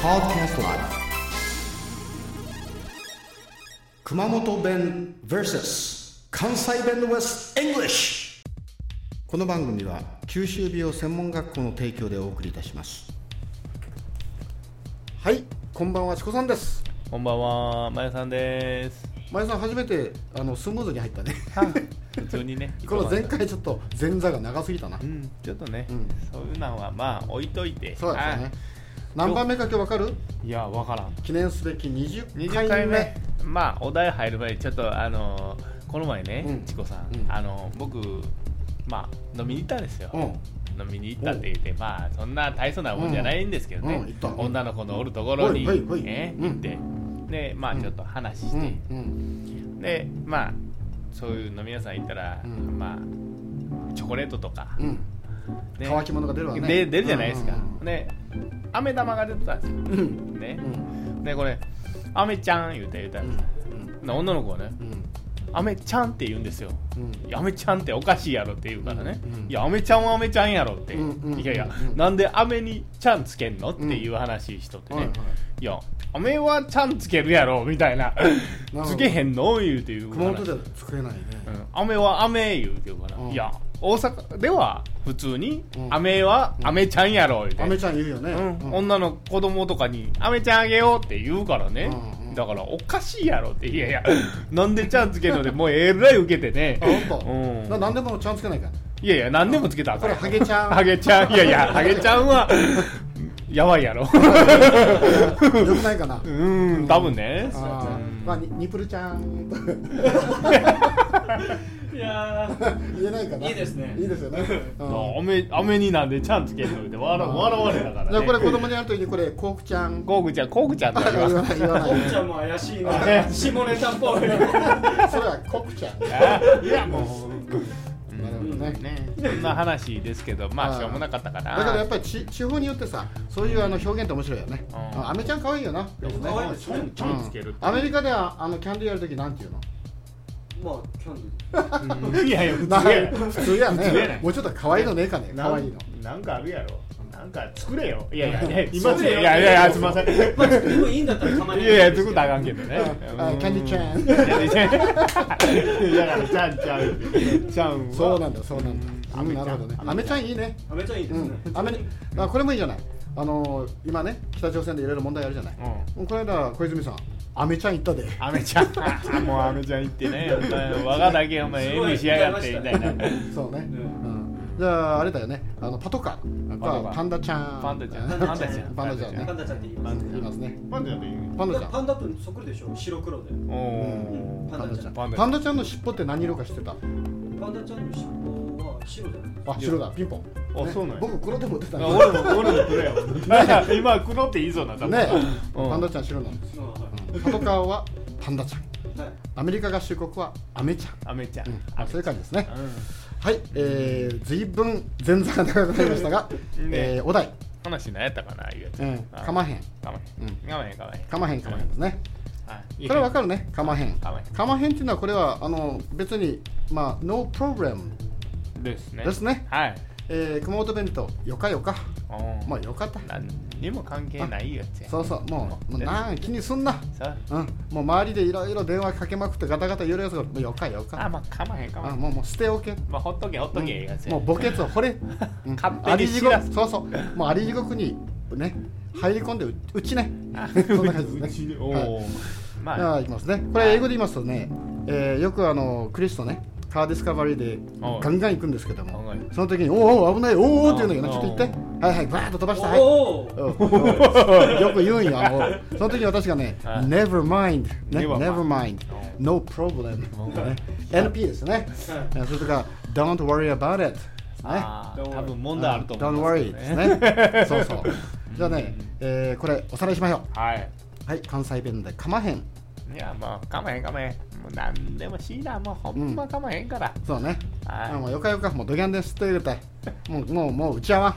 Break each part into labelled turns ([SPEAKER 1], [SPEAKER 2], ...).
[SPEAKER 1] Podcast Live 熊本弁 vs 関西弁 vs English この番組は九州美容専門学校の提供でお送りいたしますはいこんばんはチコさんです
[SPEAKER 2] こんばんは、まゆさんです。
[SPEAKER 1] 前田さん初めてあのスムーズに入った ね。
[SPEAKER 2] 普通にね
[SPEAKER 1] この前回ちょっと前座が長すぎたな
[SPEAKER 2] うん、ちょっとね、
[SPEAKER 1] うん
[SPEAKER 2] そういうのはまあ置いといて。
[SPEAKER 1] そうだったね何番目か今日わかる
[SPEAKER 2] あ。いや、わからん。
[SPEAKER 1] 記念すべき
[SPEAKER 2] 二
[SPEAKER 1] 20
[SPEAKER 2] 十
[SPEAKER 1] 回目
[SPEAKER 2] 回目。まあお題入る前にちょっとあのこの前ね、
[SPEAKER 1] うん
[SPEAKER 2] チコさん、
[SPEAKER 1] うん
[SPEAKER 2] あの僕まあ飲みに行ったんですよ。
[SPEAKER 1] うん
[SPEAKER 2] 飲みに行ったって言ってまあそんな大層なもんじゃないんですけどね、
[SPEAKER 1] うんうん行った
[SPEAKER 2] 女の子のおるところに、
[SPEAKER 1] はいはいはい
[SPEAKER 2] ね
[SPEAKER 1] うん
[SPEAKER 2] 行ってでまあちょっと話して、
[SPEAKER 1] うんうん
[SPEAKER 2] でまあそういう飲み屋さん行ったら、
[SPEAKER 1] うん
[SPEAKER 2] まあチョコレートとか、
[SPEAKER 1] うん
[SPEAKER 2] ね
[SPEAKER 1] 乾き物が出るわね
[SPEAKER 2] で出るじゃないですか、
[SPEAKER 1] うんうんうん
[SPEAKER 2] ね飴玉が出てたんですよ、
[SPEAKER 1] うん
[SPEAKER 2] ね
[SPEAKER 1] う、ん
[SPEAKER 2] でこれ「飴ちゃん」言うて言うたら、な女の子はね
[SPEAKER 1] うん
[SPEAKER 2] 「飴ちゃん」って言うんですよ
[SPEAKER 1] うん
[SPEAKER 2] 「いや飴ちゃんっておかしいやろ」って言うからね
[SPEAKER 1] うんうん
[SPEAKER 2] 「いや飴ちゃんは飴ちゃんやろ」って「
[SPEAKER 1] うんうん
[SPEAKER 2] いやいや
[SPEAKER 1] うん
[SPEAKER 2] なんで飴に「ちゃん」つけんのっていう話しとってね「
[SPEAKER 1] はい
[SPEAKER 2] い
[SPEAKER 1] はい
[SPEAKER 2] や飴は「ちゃん」つけるやろ」みたい な
[SPEAKER 1] ほど
[SPEAKER 2] 「つけへんの?」言うていう話
[SPEAKER 1] 熊本では作れないね
[SPEAKER 2] うん飴は飴言うてるから、
[SPEAKER 1] うん
[SPEAKER 2] いや大阪では普通に
[SPEAKER 1] うん
[SPEAKER 2] 飴は飴ちゃんやろ言うて、
[SPEAKER 1] アメちゃん言うよね
[SPEAKER 2] うん
[SPEAKER 1] うん
[SPEAKER 2] 女の子供とかに「飴ちゃんあげよう」って言うからね、
[SPEAKER 1] うんうん
[SPEAKER 2] だからおかしいやろっていやいやなんでちゃんつけんのでもうえらい受けてね
[SPEAKER 1] あ本当
[SPEAKER 2] うん
[SPEAKER 1] な何でもちゃんつけ ないから
[SPEAKER 2] いやいや何でもつけたらあかん
[SPEAKER 1] これハゲちゃん
[SPEAKER 2] ハゲちゃんいやいやハゲちゃんはやばいやろ
[SPEAKER 1] よくないかな
[SPEAKER 2] うん多分ね
[SPEAKER 1] あー
[SPEAKER 2] うん
[SPEAKER 1] まあにニプルちゃん
[SPEAKER 3] いや
[SPEAKER 1] 言えないかない
[SPEAKER 3] いですね
[SPEAKER 1] いいですよねうん
[SPEAKER 2] 飴飴になんでちゃんつけんのって笑笑われたから
[SPEAKER 1] じゃあ
[SPEAKER 2] ね
[SPEAKER 1] これ子供にやるときにこれコークちゃん
[SPEAKER 2] コーグちゃんコーグちゃんって言われます
[SPEAKER 1] 言わない言わない
[SPEAKER 3] ー、ちゃんも怪しいな。下ネタっぽい。
[SPEAKER 1] それはコークちゃんなる
[SPEAKER 2] いやも
[SPEAKER 1] ほどね
[SPEAKER 2] うねそんな話ですけどまあしょうもなかったかな
[SPEAKER 1] だからやっぱりち 地方によってさそういうあの表現って面白いよね
[SPEAKER 2] うん
[SPEAKER 1] あアメちゃん可愛いよなでもね
[SPEAKER 3] 可愛いですね
[SPEAKER 2] ちょんつける
[SPEAKER 1] うんアメリカではあのキャンディーやるときなんていうの
[SPEAKER 3] まあ、キャンディ
[SPEAKER 2] うんいやいや普通や
[SPEAKER 1] 普通や
[SPEAKER 2] 普通やね
[SPEAKER 1] ねもうちょっと可愛いのねえかね
[SPEAKER 2] な
[SPEAKER 1] 可愛いの
[SPEAKER 2] なんかあるやろなんか作れよいやいやいや今
[SPEAKER 3] 作
[SPEAKER 2] 作れ
[SPEAKER 3] れ
[SPEAKER 2] よ
[SPEAKER 3] よ
[SPEAKER 2] いやいやいやすいませんいや
[SPEAKER 3] ー。まあ、でもいいんだったらたまに。
[SPEAKER 2] いや作ったらあかんけどね
[SPEAKER 1] あキャンディーちゃん
[SPEAKER 2] キャンディーちゃんいやだからちゃんちゃんってちゃんは
[SPEAKER 1] そうなんだそうなんだ
[SPEAKER 2] う
[SPEAKER 1] うんんなるほどねアメちゃんいいね
[SPEAKER 3] アメちゃんいいで
[SPEAKER 1] う
[SPEAKER 3] すね
[SPEAKER 1] ん。アメあこれもいいじゃないあのー今ね北朝鮮でいろいろ問題あるじゃない
[SPEAKER 2] うん
[SPEAKER 1] この間小泉さんアメちゃん行ったで
[SPEAKER 2] アメちゃん あもうアメちゃん行ってねお前我がだけお前
[SPEAKER 3] すごい
[SPEAKER 2] M しやがってみ たいな
[SPEAKER 1] そうね、
[SPEAKER 3] う
[SPEAKER 1] うんじゃああれだよねあのパトカー
[SPEAKER 2] パトカー
[SPEAKER 1] パンダちゃん
[SPEAKER 2] パンダちゃん
[SPEAKER 3] パンダちゃん
[SPEAKER 1] パンダちゃんね
[SPEAKER 3] パンダちゃんって言い
[SPEAKER 1] パ
[SPEAKER 3] ま
[SPEAKER 1] ン
[SPEAKER 3] す
[SPEAKER 1] ダちゃんいま
[SPEAKER 3] ね。
[SPEAKER 1] すね
[SPEAKER 2] パンダちゃんでいい
[SPEAKER 1] パンダちゃん
[SPEAKER 3] パンダ君そっくりでしょ。白黒で。
[SPEAKER 2] お
[SPEAKER 1] う
[SPEAKER 2] ー
[SPEAKER 3] パンダちゃん
[SPEAKER 2] パンダちゃ
[SPEAKER 1] パ
[SPEAKER 2] ん
[SPEAKER 1] ンダちゃんの尻尾って何色か知ってた
[SPEAKER 3] パンダちゃんの尻尾は白じゃない。
[SPEAKER 1] あ白だピンポン
[SPEAKER 2] あ
[SPEAKER 1] ね
[SPEAKER 2] そうなんや
[SPEAKER 1] 僕黒でも出た
[SPEAKER 2] あ
[SPEAKER 1] ね
[SPEAKER 2] 俺も俺も黒やわ 今黒って言いそうな多分
[SPEAKER 1] ね
[SPEAKER 2] うん
[SPEAKER 1] パンダちゃん白なんです
[SPEAKER 3] うんはい
[SPEAKER 1] うんパトカーはパンダちゃん
[SPEAKER 3] はい。
[SPEAKER 1] アメリカ合衆国はアメちゃん
[SPEAKER 2] アメちゃん
[SPEAKER 1] うん
[SPEAKER 2] アメ
[SPEAKER 1] そういう感じですね
[SPEAKER 2] ちゃんうん
[SPEAKER 1] はい、えー、随分前座が長くなりました が、
[SPEAKER 2] ね
[SPEAKER 1] えーお題、
[SPEAKER 2] 話何やったかないうやつ
[SPEAKER 1] うん、
[SPEAKER 2] あ
[SPEAKER 1] かまへん
[SPEAKER 2] かまへ
[SPEAKER 1] うん
[SPEAKER 2] んかまへんかまへん
[SPEAKER 1] かまへんかまへんですね
[SPEAKER 2] はい
[SPEAKER 1] これはわかるねかまへん
[SPEAKER 2] かまへん
[SPEAKER 1] かまへんっていうのはこれはあの別にまあノープロブレム
[SPEAKER 2] ですね
[SPEAKER 1] ですね
[SPEAKER 2] はい
[SPEAKER 1] えー熊本弁当よかよか
[SPEAKER 2] おー
[SPEAKER 1] まあよかった
[SPEAKER 2] 何にも関係ないやつや
[SPEAKER 1] そうそうもうもうなん気にすんな
[SPEAKER 2] さ
[SPEAKER 1] うんもう周りでいろいろ電話かけまくってガタガタ言うやつがもうよかよ
[SPEAKER 2] あ
[SPEAKER 1] か
[SPEAKER 2] まあかまへんかまへ
[SPEAKER 1] あ
[SPEAKER 2] ん
[SPEAKER 1] もうもう捨ておけ
[SPEAKER 2] まあほっとけほっとけいうやつや
[SPEAKER 1] もう墓穴を掘れ、うん
[SPEAKER 2] 勝手に
[SPEAKER 1] あり地
[SPEAKER 2] 知ら
[SPEAKER 1] 獄
[SPEAKER 2] す
[SPEAKER 1] そうそうもうあり地獄にね入り込んでううちね
[SPEAKER 2] あ
[SPEAKER 1] そんな感じ
[SPEAKER 2] う
[SPEAKER 1] です
[SPEAKER 2] ち
[SPEAKER 1] ね
[SPEAKER 2] にお
[SPEAKER 1] はい
[SPEAKER 2] ーま
[SPEAKER 1] じゃ
[SPEAKER 2] あ
[SPEAKER 1] あいきますねこれ英語で言いますとね、えーよくあのクリスとねカーディスカバリーで
[SPEAKER 2] おう
[SPEAKER 1] ガンガン行くんですけども
[SPEAKER 2] ガンガン
[SPEAKER 1] その時に「おお危ないおーお」って言うんだけどちょ
[SPEAKER 2] あ
[SPEAKER 1] っ
[SPEAKER 2] ー
[SPEAKER 1] と言ってはいはいバーッと飛ばしてはい
[SPEAKER 3] おお。
[SPEAKER 1] うんよく言うんよあのその時私がね
[SPEAKER 2] は
[SPEAKER 1] 「
[SPEAKER 2] い
[SPEAKER 1] Never mind」ね「
[SPEAKER 2] Never
[SPEAKER 1] Never mind
[SPEAKER 2] mind」
[SPEAKER 1] 「No problem」ね NP ですねそれとか「Don't worry about it」ですね
[SPEAKER 2] あー多分問題あると思
[SPEAKER 1] うん
[SPEAKER 2] う
[SPEAKER 1] Don't worry です ねそうそうじゃあねえーこれおさらいしましょう
[SPEAKER 2] はい
[SPEAKER 1] はい関西弁でかまへん
[SPEAKER 2] いやもうかまへんかまへんもう何でもしいなもうほんまかまへんから、
[SPEAKER 1] そうね
[SPEAKER 2] はい
[SPEAKER 1] あもうよかよかもうドギャンですって言うてもうもうもううちは わ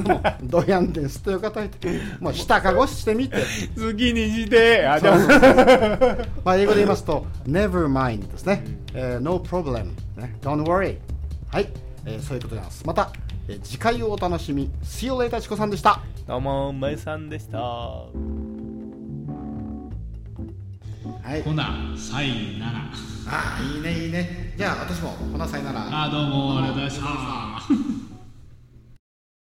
[SPEAKER 1] んもうドギャンですってよかたいてもう下かごしてみて
[SPEAKER 2] 好きにしてあじゃあ
[SPEAKER 1] まあ英語で言いますと Never mind ですね、えー No problem ね Don't worry はい、えーそういうことでございますまたえー次回をお楽しみ See you later チコさんでした
[SPEAKER 2] どうもまゆさんでした
[SPEAKER 1] はい
[SPEAKER 4] ほな、サインなら。
[SPEAKER 1] ああいいねいいねじゃあ私もほなさいなら
[SPEAKER 4] あ、どうも、ありがとうございました。